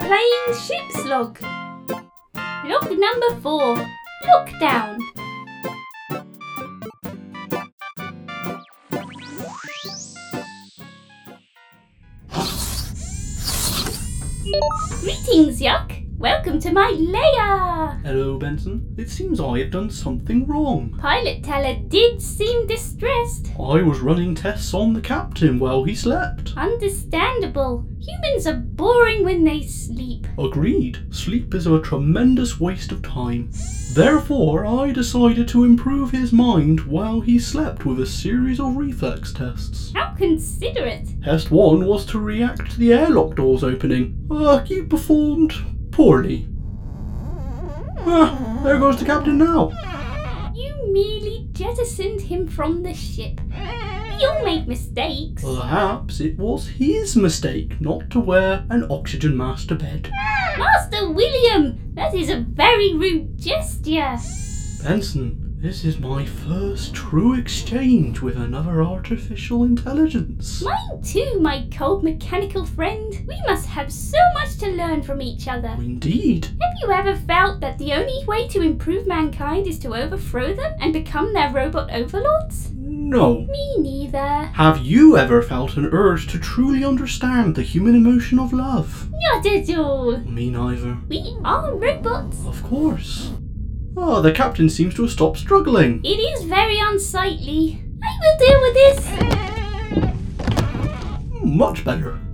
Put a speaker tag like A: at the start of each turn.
A: playing ship's log. Log number four. Look down. Greetings, Yuck. Welcome to my lair.
B: Hello, Benson. It seems I have done something wrong.
A: Pilot Teller did seem distressed.
B: I was running tests on the captain while he slept.
A: Understandable. Humans are boring when they sleep.
B: Agreed, sleep is a tremendous waste of time. Therefore, I decided to improve his mind while he slept with a series of reflex tests.
A: How considerate.
B: Test 1 was to react to the airlock doors opening. Ah, you performed poorly. Ah, there goes the captain now.
A: You merely jettisoned him from the ship. We all make mistakes.
B: Uh. Perhaps it was his mistake not to wear an oxygen mask to bed.
A: Master William, that is a very rude gesture.
B: Benson, this is my first true exchange with another artificial intelligence.
A: Mine too, my cold mechanical friend. We must have so much to learn from each other.
B: Indeed.
A: Have you ever felt that the only way to improve mankind is to overthrow them and become their robot overlords?
B: No.
A: Me neither.
B: Have you ever felt an urge to truly understand the human emotion of love?
A: Not at all.
B: Me neither.
A: We are robots.
B: Of course. Oh, the captain seems to have stopped struggling.
A: It is very unsightly. I will deal with this.
B: Much better.